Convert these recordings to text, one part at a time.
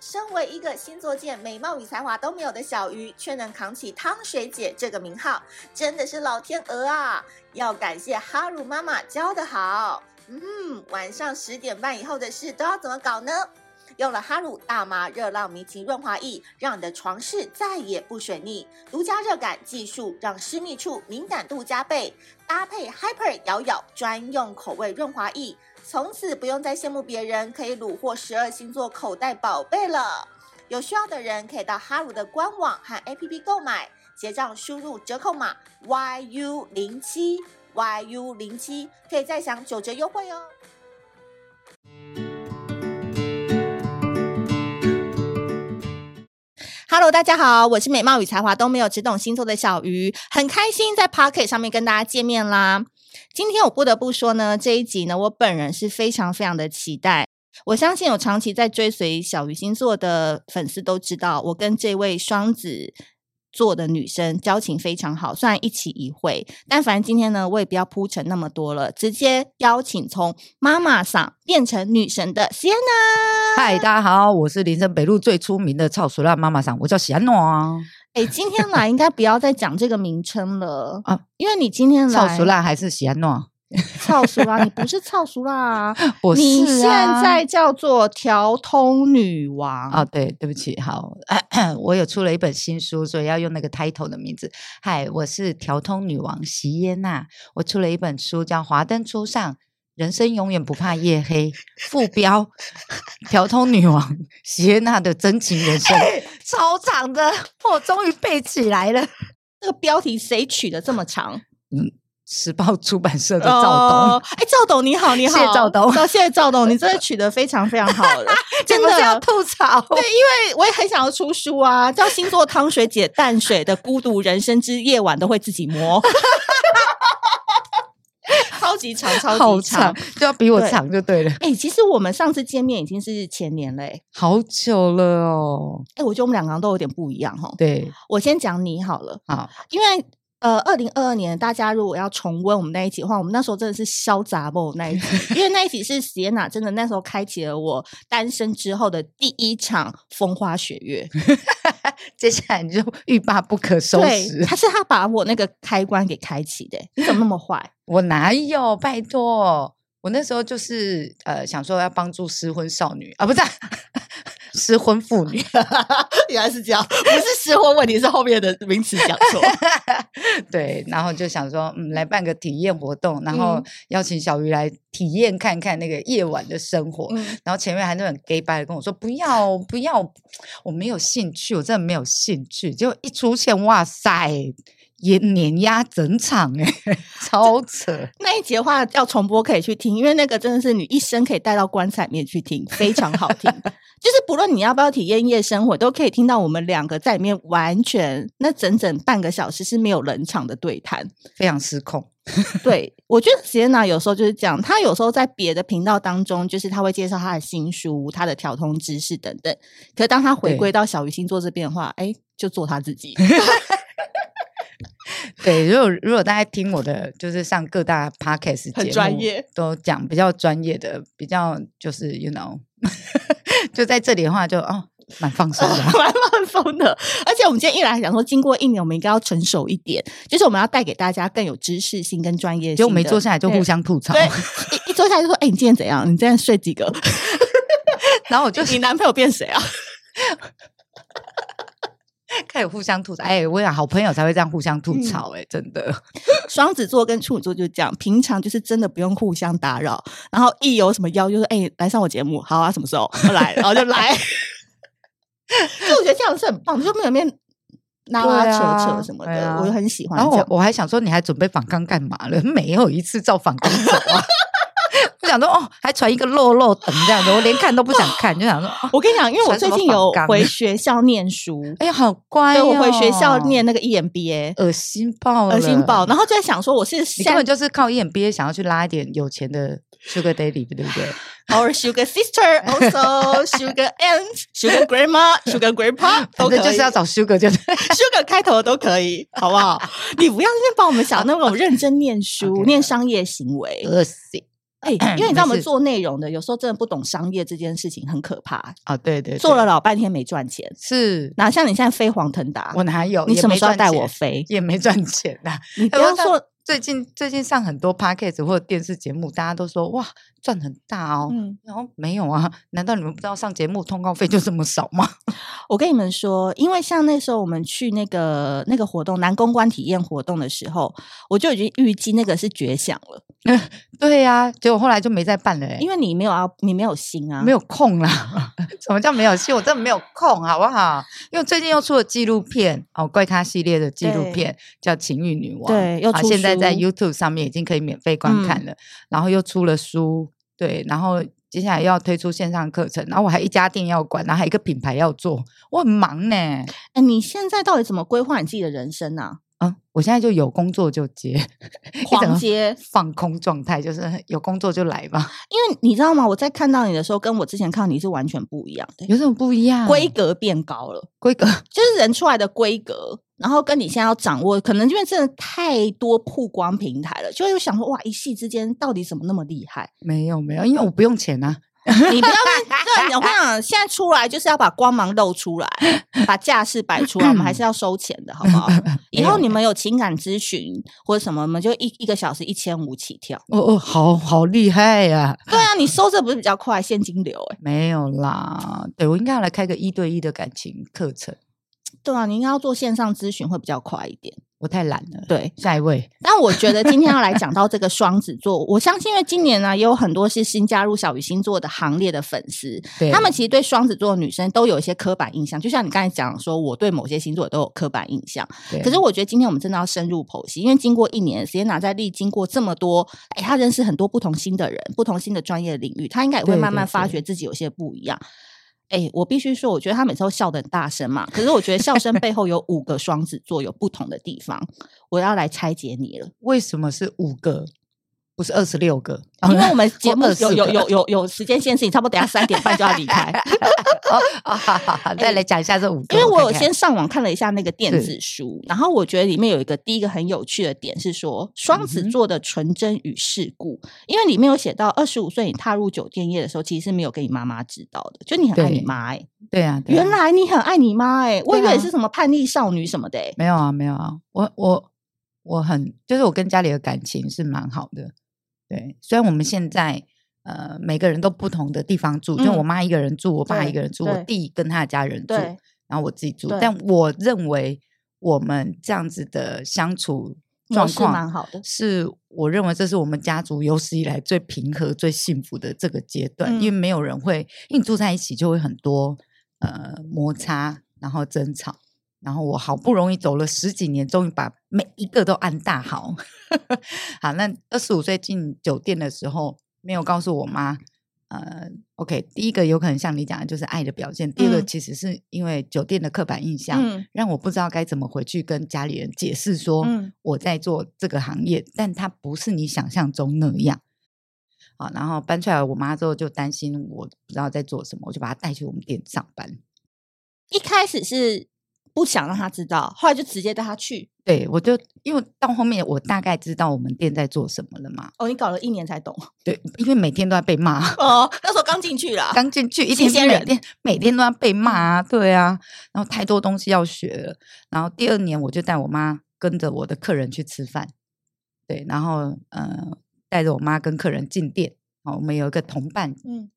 身为一个星座界美貌与才华都没有的小鱼，却能扛起汤水姐这个名号，真的是老天鹅啊！要感谢哈鲁妈妈教得好。嗯，晚上十点半以后的事都要怎么搞呢？用了哈鲁大麻热浪迷情润滑液，让你的床饰再也不水腻。独家热感技术让私密处敏感度加倍，搭配 Hyper 咬咬专用口味润滑液，从此不用再羡慕别人可以虏获十二星座口袋宝贝了。有需要的人可以到哈鲁的官网和 APP 购买，结账输入折扣码 YU 零七 YU 零七，可以再享九折优惠哦。Hello，大家好，我是美貌与才华都没有，只懂星座的小鱼，很开心在 Pocket 上面跟大家见面啦。今天我不得不说呢，这一集呢，我本人是非常非常的期待。我相信有长期在追随小鱼星座的粉丝都知道，我跟这位双子座的女生交情非常好，虽然一起一会，但反正今天呢，我也不要铺陈那么多了，直接邀请从妈妈嗓变成女神的 Sienna。嗨，大家好，我是林森北路最出名的超熟辣妈妈桑，我叫喜安诺啊。哎、今天来应该不要再讲这个名称了啊啊，因为你今天来超熟，辣还是喜安诺？操熟啦，你不是操熟啦、啊，我是、啊、你现在叫做调通女王啊，对，对不起，好， 我有出了一本新书，所以要用那个 title 的名字。嗨，我是调通女王席耶娜，我出了一本书叫《华灯初上》。人生永远不怕夜黑，副标： 调通女王席耶娜的真情 人生，超长的，我终于背起来了。这个标题谁取的这么 长？时报出版社的赵董，哦哎、赵董你好，你好，哦谢谢赵董赵，谢谢赵董，你真的取得非常非常好 了，真真的要的。吐槽。对，因为我也很想要出书啊，叫《星座汤水解淡水的孤独人生之夜晚都会自己 磨》，超级长，超好级长长。，就要比我对长就对了，哎、其实我们上次见面已经是前年了、欸，好久了哦。哎、我觉得我们两个人都有点不一样哈。对，我先讲你好了，好，因为呃，二零二二年大家如果要重温我们那一集的话，我们那时候真的是潇洒爆那一 集，因为那一集是 Sienna 真的那时候开启了我单身之后的第一场风花雪月，接下来你就欲罢不可收对，拾。他是他把我那个开关给开启的欸、你怎么那么坏？我哪有？拜托，我那时候就是呃，想说要帮助失婚少女啊，不是啊、 失婚妇 女。 原来是这样，不是失婚问题，是后面的名词讲错。对，然后就想说，嗯，来办个体验活动，然后嗯邀请小鱼来体验看看那个夜晚的生活。 嗯，然后前面还那很 gay 白的跟我说不要不要，我没有兴趣，我真的没有兴趣。结果一出现，哇塞，也碾压整场哎、 超扯！那一节的话要重播可以去听，因为那个真的是你一生可以带到棺材里面去听， 非常好听。就是不论你要不要体验夜生活，都可以听到我们两个在里面完全那整整半个小时是没有冷场的对 谈。非常失控。对我觉得 Sienna 有时候就是这样，她有时候在别的频道当中，就是她会介绍她的新书、她的调通知识等等。可是当她回对归到小鱼星座这边的话，哎，就做她自己。对，如果如果大家听我的，就是上各大 podcast 节目 很专业，都讲比较专业的，比较就是 you know，就在这里的话就哦，蛮放松 的啊。蛮乱疯的。而且我们今天一来想说，经过一年，我们应该要成熟一点，就是我们要带给大家更有知识性跟专业性的。结果没坐下来就互相吐槽对，，对 一一坐下来就说：“哎、你今天怎样？你今天睡几个？ 然后我就 你男朋友变谁啊开始互相吐槽。哎、我想好朋友才会这样互相吐嗯槽、哎、真的。？”双子座跟处女座就这样，平常就是真的不用互相打扰，然后一有什么邀就说：“哎、来上我节目，好啊，什么时候来？”然后就 来。所以我觉得这样是很棒，就没有面拉拉对啊扯扯什么的，对啊我就很喜欢然后这样。我我还想说，你还准备反抗干嘛了？ 没有一次照反抗走啊！ 我想说，哦，还传一个肉肉等这样子，我连看都不想看，就想说，哦、我跟你讲，因为我传什最么近反有纲回学校念书，哎呀，好乖、对，哦，我回学校，念那个 E EMBA，恶心爆了，恶心爆，。然后就在想说我是你根山本就是靠 EMBA 想要去拉一点有钱的 Sugar Daddy，对不对？ or 哦 sugar sister，also sugar aunt，sugar grandma，sugar grandpa 都 反可以，正就是要找 Sugar，就是 sugar 开头的都可以，好不 好？你不要在那边把我们想那种认真念书、 OK，念商业行为。恶心。哎、因为你知道我没们事做内容的，有时候真的不懂商业这件事情很可怕，啊，对对，做对了老半天没赚钱，是，哪像你现在飞黄腾达，我哪有？啊你也什么没时候赚带钱我？ 飞？也没赚钱呐、你不哎我要到说，最近最近上很多 podcast 或者电视节目，大家都说哇赚很大哦，嗯，然后没有啊？难道你们不知道上节目通告费就这么少吗？ 我跟你们说，因为像那时候我们去那个那个活动南公关体验活动的时候，我就已经预计那个是绝响了，对呀、结果后来就没再办了、欸，因为你没有要，你没有心啊，没有空啦。 什么叫没有戏？我真的没有空，好不好？因为最近又出了纪录片哦，怪咖系列的纪录对片叫《情欲女王》，对又啊，出现在在书嗯 YouTube 上面已经可以免费观看了，然后又出了书，对，然后。接下来又要推出线上课程，然后我还一家店要管，然后还有一个品牌要做，我很忙呢、哎，你现在到底怎么规划你自己的人生啊？嗯，我现在就有工作就接， 一整狂个接放空状态，就是有工作就来吧，因为你知道吗？我在看到你的时候，跟我之前看到你是完全不一样的， 有什么不一样？规格变高了，规格 就是人出来的规格。然后跟你现在要掌握，可能因为真的太多曝光平台了，就会想说哇，一夕之间到底怎么那么厉害？没有没有，因为我不用钱啊，你不要跟对，我跟你讲，现在出来就是要把光芒露出 来，把架势摆出来，我们还是要收钱的，好 不好？以后你们有情感咨询或者什么，我们就一一个小时一千五起跳。哦哦，好好厉害呀、对啊，你收这不是比较快，现金流哎、没有啦，对我应该要来开个一对一的感情课程，对啊，你应该要做线上咨询会比较快一点。我太懒了。对，下一位，但我觉得今天要来讲到这个双子座，我相信因为今年呢也有很多是新加入小鱼星座的行列的粉丝，对他们其实对双子座的女生都有一些刻板印象，就像你刚才讲说，我对某些星座也都有刻板印象。对可是我觉得今天我们真的要深入剖析，因为经过一年，Sienna 在历经过这么多，哎，她认识很多不同新的人，不同新的专业领域，她应该也会对慢对慢发对觉自己有些不一样。哎，我必须说，我觉得她每次都笑得很大声嘛，可是我觉得笑声背后 有五个双子座有不同的地方，我要来拆解你了，为什么是五个，不是二十六个？因为我们节目有24有个有有有时间限制，你差不多等一下三点半就要离开。哦哦， 好好 好，再来讲一下这五个，因为我有看看先上网看了一下那个电是子书，然后我觉得里面有一个第一个很有趣的点是说，双子嗯哼座的纯真与世故，因为里面有写到二十五岁你踏入酒店业的时候，其实是没有给你妈妈知道的，就你很爱你对妈、欸，对啊，对啊原来你很爱你妈、欸，我以为对啊你是什么叛逆少女什么的、欸，没有啊，没有啊，我我我很就是我跟家里的感情是蛮好的，对，虽然我们现在呃每个人都不同的地方住，就我嗯妈一个人住，我爸一对个人住，我对弟跟他的家人住，对然后我自己住对，但我认为我们这样子的相处模状式况蛮好的，是我认为这是我们家族有史以来最平和、最幸福的这个阶段，嗯因为没有人会，因为你住在一起就会很多呃摩擦，然后争吵。然后我好不容易走了十几年，终于把每一个都按大好。 好，那二十五岁进酒店的时候，没有告诉我妈。呃，OK，第一个有可能像你讲的，就是爱的表现；第二个嗯其实是因为酒店的刻板印象，嗯让我不知道该怎么回去跟家里人解释说嗯我在做这个行业，但它不是你想象中那样。好，然后搬出来我妈之后就担心我不知道在做什么，我就把她带去我们店上班。一开始是不想让她知道，后来就直接带她去。对我就因为到后面我大概知道我们店在做什么了嘛，哦，你搞了一年才懂 对，因为每天都在被骂。哦，那时候刚进去啦。刚进去一新天鲜每人嗯天每天都要被骂啊，对啊，然后太多东西要学了。然后第二年我就带我妈跟着我的客人去吃饭，对，然后呃带着我妈跟客人进店。哦，我们有一个同伴，嗯，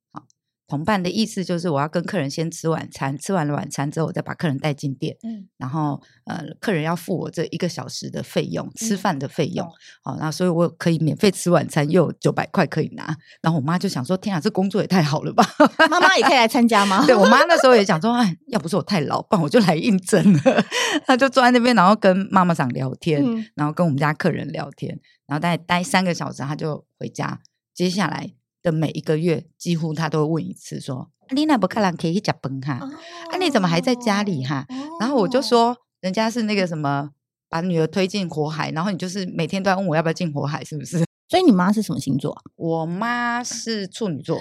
同伴的意思就是我要跟客人先吃晚餐，吃完了晚餐之后，我再把客人带进店。 嗯，然后呃，客人要付我这一个小时的费用，吃嗯饭的费用懂。好、那所以我可以免费吃晚餐，又有九百块可以拿。然后我妈就想说：“天啊，这工作也太好了吧！” 妈妈也可以来参加吗？对我妈那时候也想说，哎，要不是我太老，不然我就来应征了。 她就坐在那边，然后跟妈妈长聊天，嗯然后跟我们家客人聊天，然后大概待三个小时，她就回家。接下来的每一个月，几乎她都会问一次说：“啊你那不看人可以去吃崩哈？啊，你怎么还在家里哈？”然后我就哦说，人家是那个什么，把女儿推进火海，然后你就是每天都要问我要不要进火海，是不是？ 所以你妈是什么星座啊？我妈是处 女座，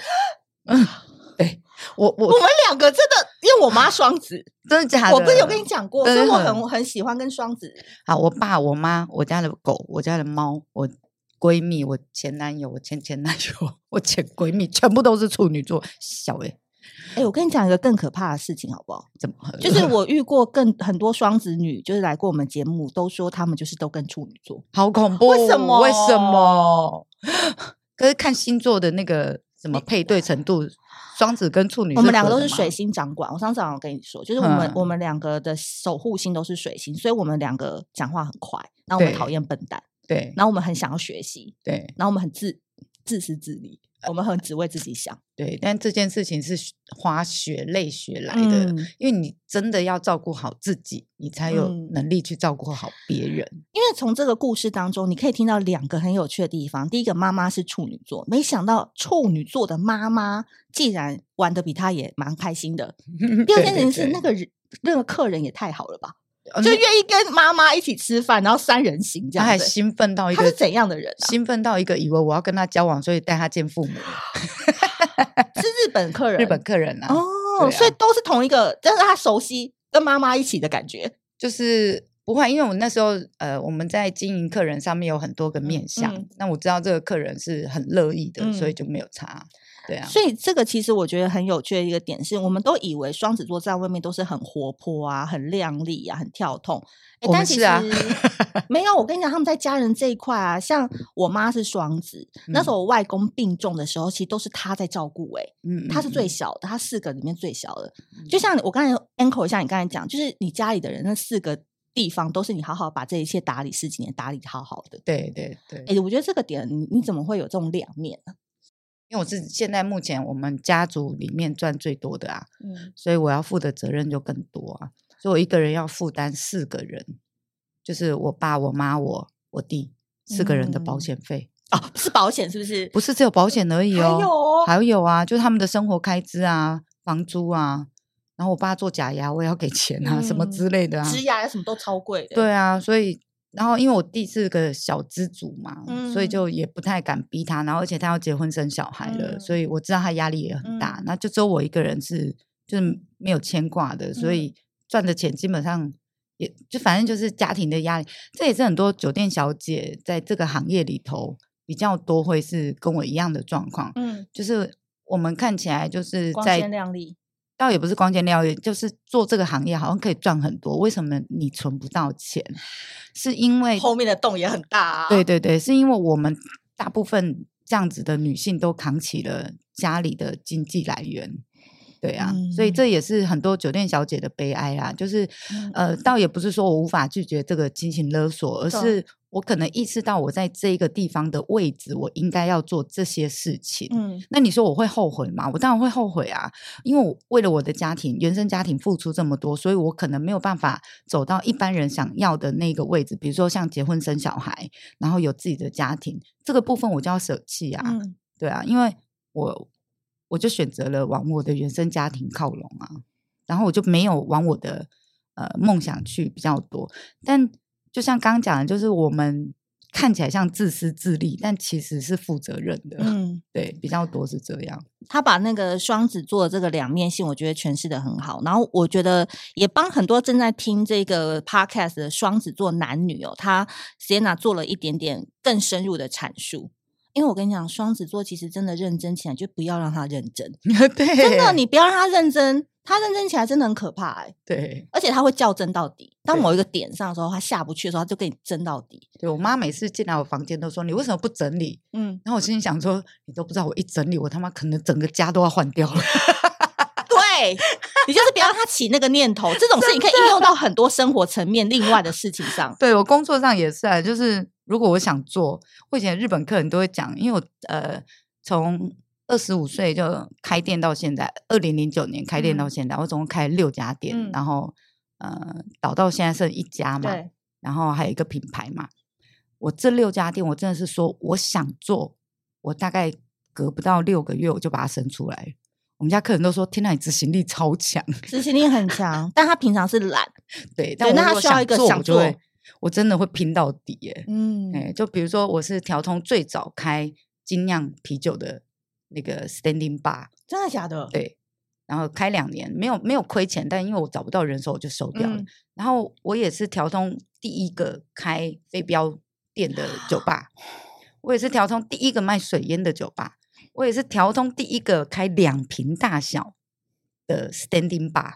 嗯，对我我我们两个真的，因为我妈双子，真的哦假的？嗯我不是有跟你讲过，所对以对我对啊很我很喜欢跟双子。好，我爸、我妈、我家的狗、我家的猫、我闺蜜、我前男友、我前前男友、我前闺蜜，全部都是处女座。小哎、哎、我跟你讲一个更可怕的事情，好不 好？怎么合就是我遇过更很多双子女，就是来过我们节目，都说他们就是都跟处女座。好恐怖？为什么为什么？ 可是看星座的那个什么配对程度，双子跟处女，我们两个都是水，星掌管。我上次好像跟你说，就是我们、嗯我们两个的守护星都是水星，所以我们两个讲话很快，然后我们对讨厌笨蛋，对然后我们很想要学习，对然后我们很自自私自利，我们很只为自己想对。但这件事情是血花血泪血来的，嗯因为你真的要照顾好自己，你才有嗯能力去照顾好别人。因为从这个故事当中，你可以听到两个很有趣的地方。第一个，妈妈是处女座，没想到处女座的妈妈竟然玩的比她也蛮开心的。嗯第 二件事情是那个个人，那个客人也太好了吧，就就愿意跟妈妈一起吃饭，然后三人行这他样还子。兴奋哎到一他个是怎样的人啊？兴奋到一个以为我要跟他交往，所以带他见父母。是日本客人，日本客人啊，哦，对啊所以都是同一个，但是他熟悉跟妈妈一起的感觉。就是不会，因为我那时候呃，我们在经营客人上面有很多个面向，嗯那我知道这个客人是很乐意的，所以嗯就没有差。对啊，所以这个其实我觉得很有趣的一个点是，我们都以为双子座在外面都是很活泼啊、很亮丽啊、很跳痛，诶我但们其是实 啊没有。我跟你讲，他们在家人这一块啊，像我妈是双子，那时候我外公病重的时候，其实都是她在照顾、诶嗯她是最小的，她四个里面最小的。就像我刚才 anchor 一下你刚才讲，就是你家里的人那四个地方都是你好好把这一切打理十几年，打理好好的。对对对，哎、我觉得这个点你你怎么会有这种两面呢、因为我是现在目前我们家族里面赚最多的啊，嗯，所以我要负的责任就更多啊，所以我一个人要负担四个人，就是我爸、我妈、我、我弟四个人的保嗯险费，哦，是保险是不是？不是只有保险而已还哦，有哦还有啊，就是他们的生活开支啊、房租啊，然后我爸做假牙，我也要给钱啊，什么嗯之类的啊。植牙什么都超贵的。对啊，所以然后因为我弟是个小资主嘛，所以嗯就也不太敢逼他，然后而且他要结婚生小孩了，所以我知道他压力也很大。嗯那就只有我一个人是就是没有牵挂的，所嗯以赚的钱基本上。也就反正就是家庭的压力，这也是很多酒店小姐在这个行业里头比较多会是跟我一样的状况，嗯，就是我们看起来就是光在鲜亮丽。倒也不是光鲜亮丽，就是做这个行业好像可以赚很多，为什么你存不到钱？是因为后面的洞也很大、啊。对对对，是因为我们大部分这样子的女性都扛起了家里的经济来源。对啊，所以这也是很多酒店小姐的悲哀啦。就是，嗯呃，倒也不是说我无法拒绝这个亲情勒索，而懂是我可能意识到我在这一个地方的位置，我应该要做这些事情。嗯，那你说我会后悔吗？我当然会后悔啊，因为我为了我的家庭、原生家庭付出这么多，所以我可能没有办法走到一般人想要的那个位置，比如说像结婚生小孩，然后有自己的家庭，这个部分我就要舍弃啊，嗯，对啊，因为我我就选择了往我的原生家庭靠拢啊，然后我就没有往我的呃梦想去比较多。但就像刚刚讲的，就是我们看起来像自私自利，但其实是负责任的。 嗯，对，啊比较多是这样。他把那个双子座的这个两面性，我觉得诠释的很好。然后我觉得也帮很多正在听这个 podcast 的双子座男女哦，他 Sienna 做了一点点更深入的阐述。因为我跟你讲，双子座其实真的认真起来，就不要让他认 真。 对，真的，你不要让他认真，他认真起来真的很可怕哎、对而且他会较真到底。当对某一个点上的时候，他下不去的时候，他就跟你争到底。对我妈每次进来我房间都说你为什么不整理？嗯，然后我心里想说，你都不知道我一整理，我他妈可能整个家都要换掉啊了。对，你就是不要让他起那个念头。这种事情可以应用到很多生活层面、另外的事情上。对我工作上也是啊，就是如果我想做，我以前日本客人都会讲，因为我呃从二十五岁就开店到现在，二零零九年开店到嗯现在，我总共开了六家店，嗯然后呃倒到现在剩一家嘛，对，然后还有一个品牌嘛。我这六家店，我真的是说我想做，我大概隔不到六个月我就把它生出来了。我们家客人都说：“天呐，你执行力超强。执行力很强，但他平常是懒。”对，对但我那如他果需要一个做，想我就会做，我真的会拼到底耶。嗯哎、就比如说我是调通最早开精酿啤酒的那个 Standing Bar，真的假的？对，然后开两年没有没有亏钱，但因为我找不到人手，我就收掉了。嗯 然后我也是调通第一个开非标店的酒吧，我也是调通第一个卖水烟的酒吧，我也是调通第一个开两瓶大小的 standing bar。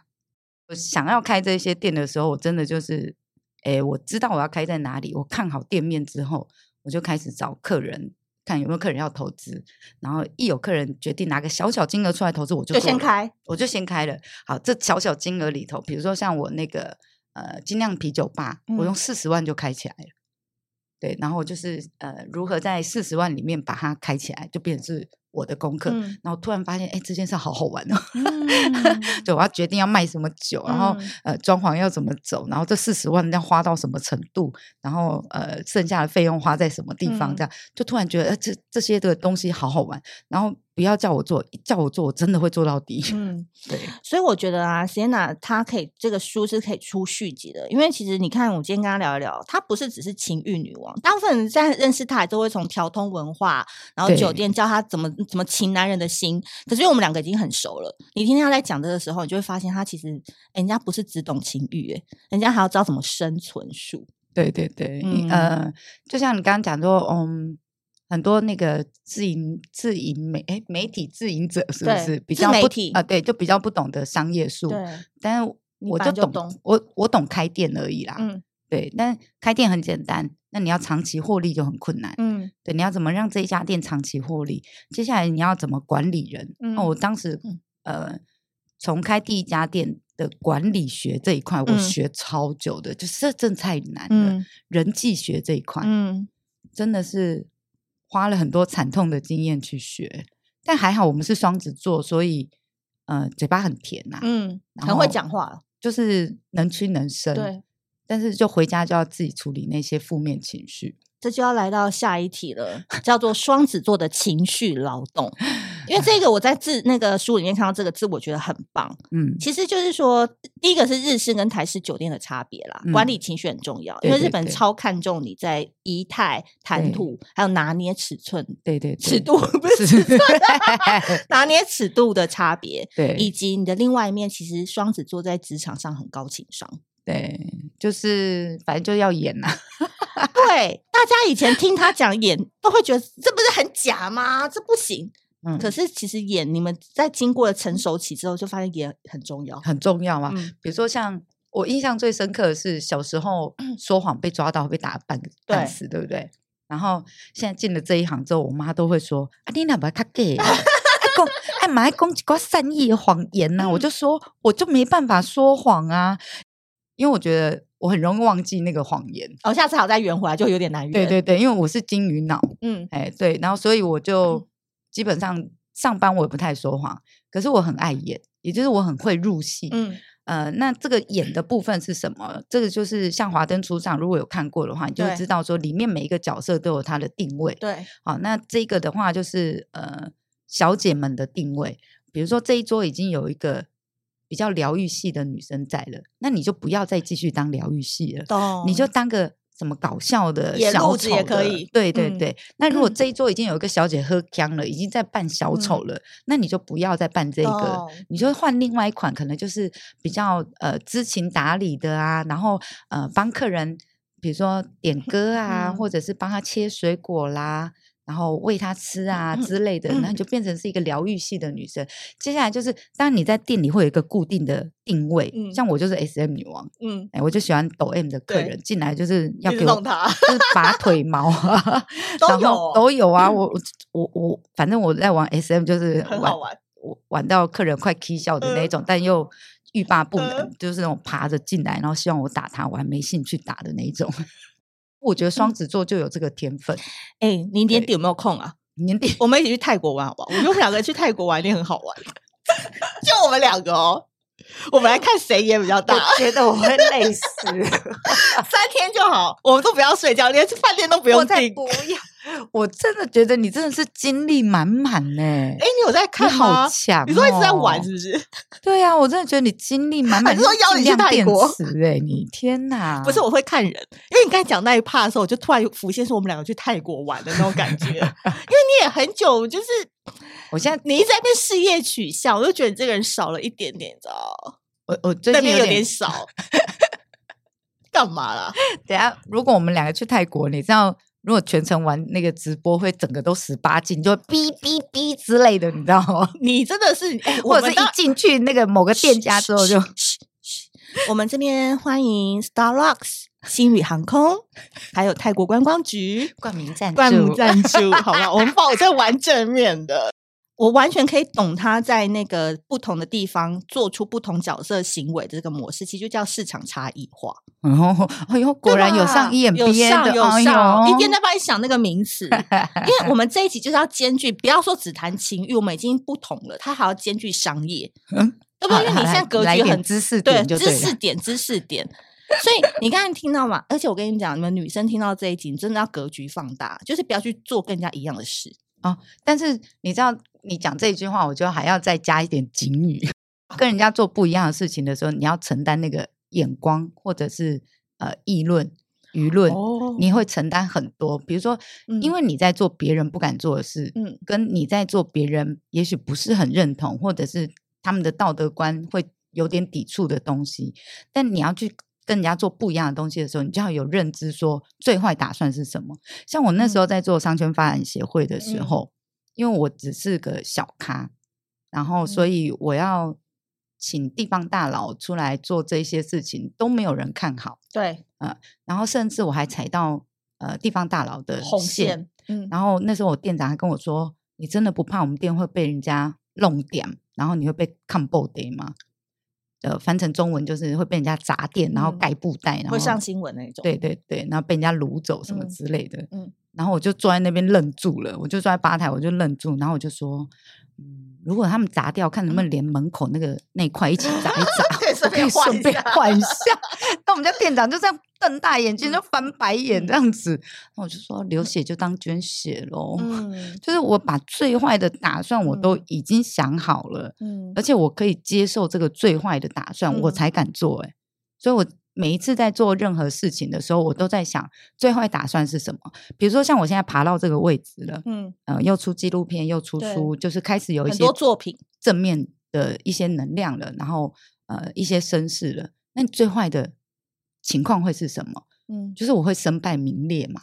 我想要开这些店的时候，我真的就是，诶，我知道我要开在哪里，我看好店面之后，我就开始找客人。看有没有客人要投资，然后一有客人决定拿个小小金额出来投资，我就就做先了开，我就先开了。好，这小小金额里头，比如说像我那个呃精酿啤酒吧，嗯我用四十万就开起来了。对，然后就是呃，如何在四十万里面把它开起来，就变成是我的功课。嗯然后突然发现，哎，这件事好好玩哦！ 嗯就我要决定要卖什么酒，然后嗯呃，装潢要怎么走，然后这四十万要花到什么程度，然后呃，剩下的费用花在什么地嗯方，这样就突然觉得、呃、这这些的东西好好玩。然后不要叫我做，叫我做，我真的会做到底。嗯，对，所以我觉得啊，Sienna 她可以这个书是可以出续集的，因为其实你看，我今天跟她聊一聊，她不是只是情欲女王，大部分人在认识她都会从调通文化，然后酒对店教她怎么怎么擒男人的心。可是因为我们两个已经很熟了，你听她在讲这个时候，你就会发现她其实、哎诶人家不是只懂情欲、诶人家还要知道怎么生存术。对对对，嗯你呃，就像你刚刚讲说，嗯，很多那个自营自营媒哎媒体自营者是不对是比自较媒不体啊、对，就比较不懂得商业术，但是你我本来就就懂，懂我我懂开店而已啦，嗯对，但开店很简单，那你要长期获利就很困难，嗯对，你要怎么让这一家店长期获利？接下来你要怎么管理人？那我当时嗯呃，从开第一家店的管理学这一块，我嗯学超久的，就是这真的太难了。嗯人际学这一块，嗯，真的是花了很多惨痛的经验去学。但还好我们是双子座，所以呃，嘴巴很甜呐、嗯，然很会后讲话，嗯就是能屈能伸。对。但是就回家就要自己处理那些负面情绪。这就要来到下一题了，叫做双子座的情绪劳动。因为这个我在字那个书里面看到这个字，我觉得很棒。嗯，其实就是说，第一个是日式跟台式酒店的差别啦，管嗯理情绪很重要，对因为日对本对超看重你在仪态、谈对吐，还有拿捏尺寸、对对对，尺度， 不是是拿捏尺度的差别，以 对及你的另外一面。其实双子座在职场上很高情商。 对，就是反正就要演呐、对，大家以前听他讲演，都会觉得这不是很假吗？这不行。嗯，可是其实演你们在经过了成熟期之后，就发现演很重要。很重要啊。嗯，比如说像我印象最深刻的是小时候说谎被抓到被打半个半对死，对不对？然后现在进了这一行之后，我妈都会说：“啊，你哪把他给？讲哎妈，讲几个善意的谎言呐、我就说，我就没办法说谎啊，因为我觉得我很容易忘记那个谎言。哦，下次好再圆回来就有点难圆。对，对对，因为我是金鱼脑，嗯哎，对，然后所以我就基本上上班我也不太说谎，可是我很爱演，也就是我很会入戏。嗯呃，那这个演的部分是什么？这个就是像《华灯初上》，如果有看过的话，你就会对知道说里面每一个角色都有它的定位。对，好，那这个的话就是呃，小姐们的定位，比如说这一桌已经有一个比较疗愈系的女生在了，那你就不要再继续当疗愈系了。懂。你就当个什么搞笑的演小哦路子丑也可的以对对嗯对。那如果这一桌已经有一个小姐喝僵了，已经在扮小嗯丑了，那你就不要再扮这个懂，你就换另外一款，可能就是比较呃知情达理的啊，然后呃帮客人，比如说点歌啊，嗯或者是帮他切水果啦。然后喂他吃嗯啊之类的，那你就变成是一个疗愈系的女生。接下来就是，当然你在店里会有一个固定的定位，嗯像我就是 S M 女王，嗯，哎、我就喜欢抖 M 的客对人进来，就是要一直给我弄他就是拔腿毛啊， 都然有后哦都有啊。我我我，反正我在玩 SM 就是很玩好玩。我玩到客人快 k 笑的那一种，但又欲罢不能，嗯就是那种爬着进来，然后希望我打他，我还没兴趣打的那一种。 我觉得嗯双子座就有这个天分，哎、你年对底有没有空啊？年底我们一起去泰国玩好不好？我觉得我们两个去泰国玩一定很好玩。 就我们两个哦，我们来看谁演比较大，觉得我会累死，三天就好，我们都不要睡觉，连去饭店都 不我用才订。不要！我真的觉得你真的是精力满满呢，哎、你有在你看好吗？强、哦！你说一直在玩是不是？对啊，我真的觉得你精力满还满，是说是邀 你尽去量泰电国池哎、你天哪！不是，我会看人，因为你刚才讲那一趴的时候，我就突然浮现是我们两个去泰国玩的那种感觉，因为你也很久就是我现在你一直在跟事业取向，我就觉得你这个人少了一点点，你知道？我我最那近边有有点点， 少，干嘛啦？等一下如果我们两个去泰国，你知道如果全程玩那个直播，会整个都十八禁，就会哔哔哔之类的，你知道吗？ 你真的是，哎我或者们是一到进去那个某个店家之后就，我们这边欢迎 Star Lux、星宇航空，还有泰国观光局冠名 赞灌木助，赞 助，好不好？我们保证玩正面的。 我完全可以懂他在那个不同的地方做出不同角色行为的这个模式，其实就叫市场差异化。然后哎呦，果然有上对吧啊 EMBA 有上的，有哎上，呦一边在帮你想那个名词， 因为我们这一集就是要兼具，不要说只谈情欲，我们已经不同了，它还要兼具商业，嗯对不对？因为你好现在 来格来局一点很知识对，点就知对识了，点，知识点。所以你刚才听到嘛？而且我跟你讲，你们女生听到这一集，你真的要格局放大，就是不要去做跟人家一样的事。但是你知道，你讲这一句话，我就还要再加一点警语。 跟人家做不一样的事情的时候，你要承担那个眼光或者是呃议论、舆论，哦你会承担很多。比如说，嗯因为你在做别人不敢做的事，嗯跟你在做别人也许不是很认同，或者是他们的道德观会有点抵触的东西，但你要去跟人家做不一样的东西的时候，你就要有认知，说最坏打算是什么。像我那时候在做商圈发展协会的时嗯候，因为我只是个小咖，然后所嗯以我要请地方大佬出来做这些事情，都没有人看好，对然后甚至我还踩到呃地方大佬的红线，嗯，然后那时候我店长还跟我说：“你真的不怕我们店会被人家弄点，然后你会被看爆的吗？”呃，翻成中文就是会被人家砸店，然后嗯盖布袋，然后会上新闻那种。对对对，然后被人家掳走什么嗯之类的。嗯然后我就坐在那边愣住了，我就坐在吧台，我就愣住，然后我就说：“嗯，如果他们砸掉，看能不能连门口那个那一块一起砸一 砸，可以嗯顺我可以便换顺一便下换一 下。”那我们家店长就这样瞪大眼嗯睛，就翻白眼这样子。那我就说：“流血就当捐血喽。”嗯就是我把最坏的打算我都嗯已经想好了，嗯而且我可以接受这个最坏的打算，我嗯才敢做、欸。所以我每一次在做任何事情的时候，我都在想最坏打算是什么。比如说，像我现在爬到这个位置了，嗯，呃，又出纪录片，又出对书，就是开始有一很些多作品正面的一些能量了，然后呃一些声势了。那你最坏的情况会是什么？嗯就是我会身败名裂嘛。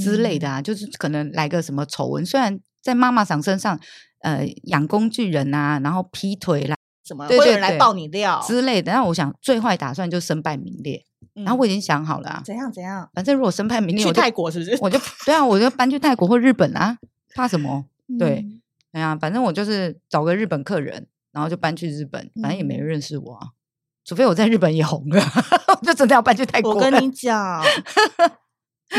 之类的啊，就是可能来个什么丑闻，虽然在妈妈桑身上，呃，养工具人啊，然后劈腿啦什么，对会有对人来对爆你料，之类的。那我想最坏打算就身败名裂，然后嗯我已经想好了、啊，怎样怎样反正如果身败名裂，去我就泰国是不是？ 我就对啊，我就搬去泰国或日本啊，怕什么？对嗯，哎呀、反正我就是找个日本客人，然后就搬去日本，反正也没人认识我嗯啊。除非我在日本也红了， 我就真的要搬去泰国我了。跟你 讲，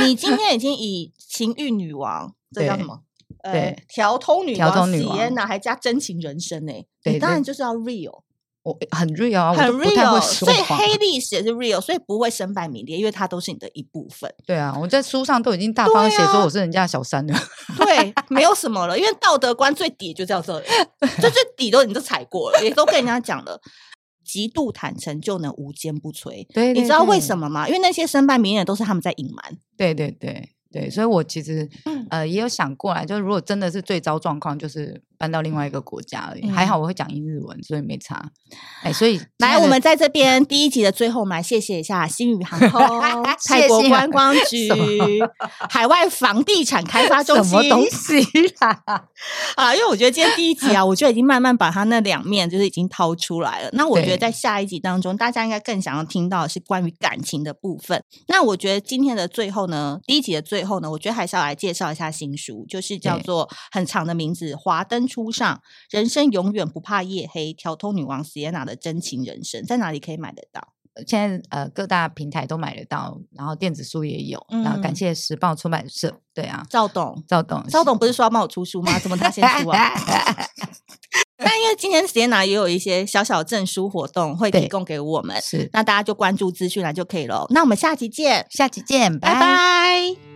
你今天已经以情欲女王，这叫什对么？呃对，调通女调王通女喜宴王呐，还加真情人生呢、你对当这然就是要 real，我很 real 啊，我很就不太 real，会说所以谎。黑历史也是 real，所以不会身败名裂，因为它都是你的一部 分。对啊，我在书上都已经大啊方地写说我是人家的小三了。 对，没有什么了，因为道德观最底就叫这里，就最底都你都踩过了，也都跟人家讲了。极度坦诚就能无坚不摧，对你知道为么？什么吗？因为那些身败名裂都是他们在隐瞒。对对对对，所以我其实、嗯呃也有想过来，就是如果真的是最糟状况，就是搬到另外一嗯个国家而已。还好我会讲英日文，所以没差。哎，所以亲 来，爱我的 们在这边第一集的最后，我们来谢谢一下星宇航空、 泰谢国谢观光局 什么、海外房地产开发中什么心东西啦？ 啊。因为我觉得今天第一集啊，我就已经慢慢把它那两面就是已经掏出来了。那我觉得对在下一集当中，大家应该更想要听到的是关于感情的部分。那我觉得今天的最后呢，第一集的最后呢，我觉得还是要来介绍一下新书，就是叫对做很长的名字《华灯初上：人生永远不怕夜黑》，调通女王 Sienna 的真情人生，在哪里可以买得到？现在呃各大平台都买得到，然后电子书也有，然后嗯感谢时报出版社。对啊，赵董，赵董，赵董不是说要帮我出书吗？怎么他先出 啊？但因为今天 s i e n a 也有一些小小证书活动会提对供给我们，是，哦那大家就关注资讯栏就可以了。那我们下期见，下期见，拜拜拜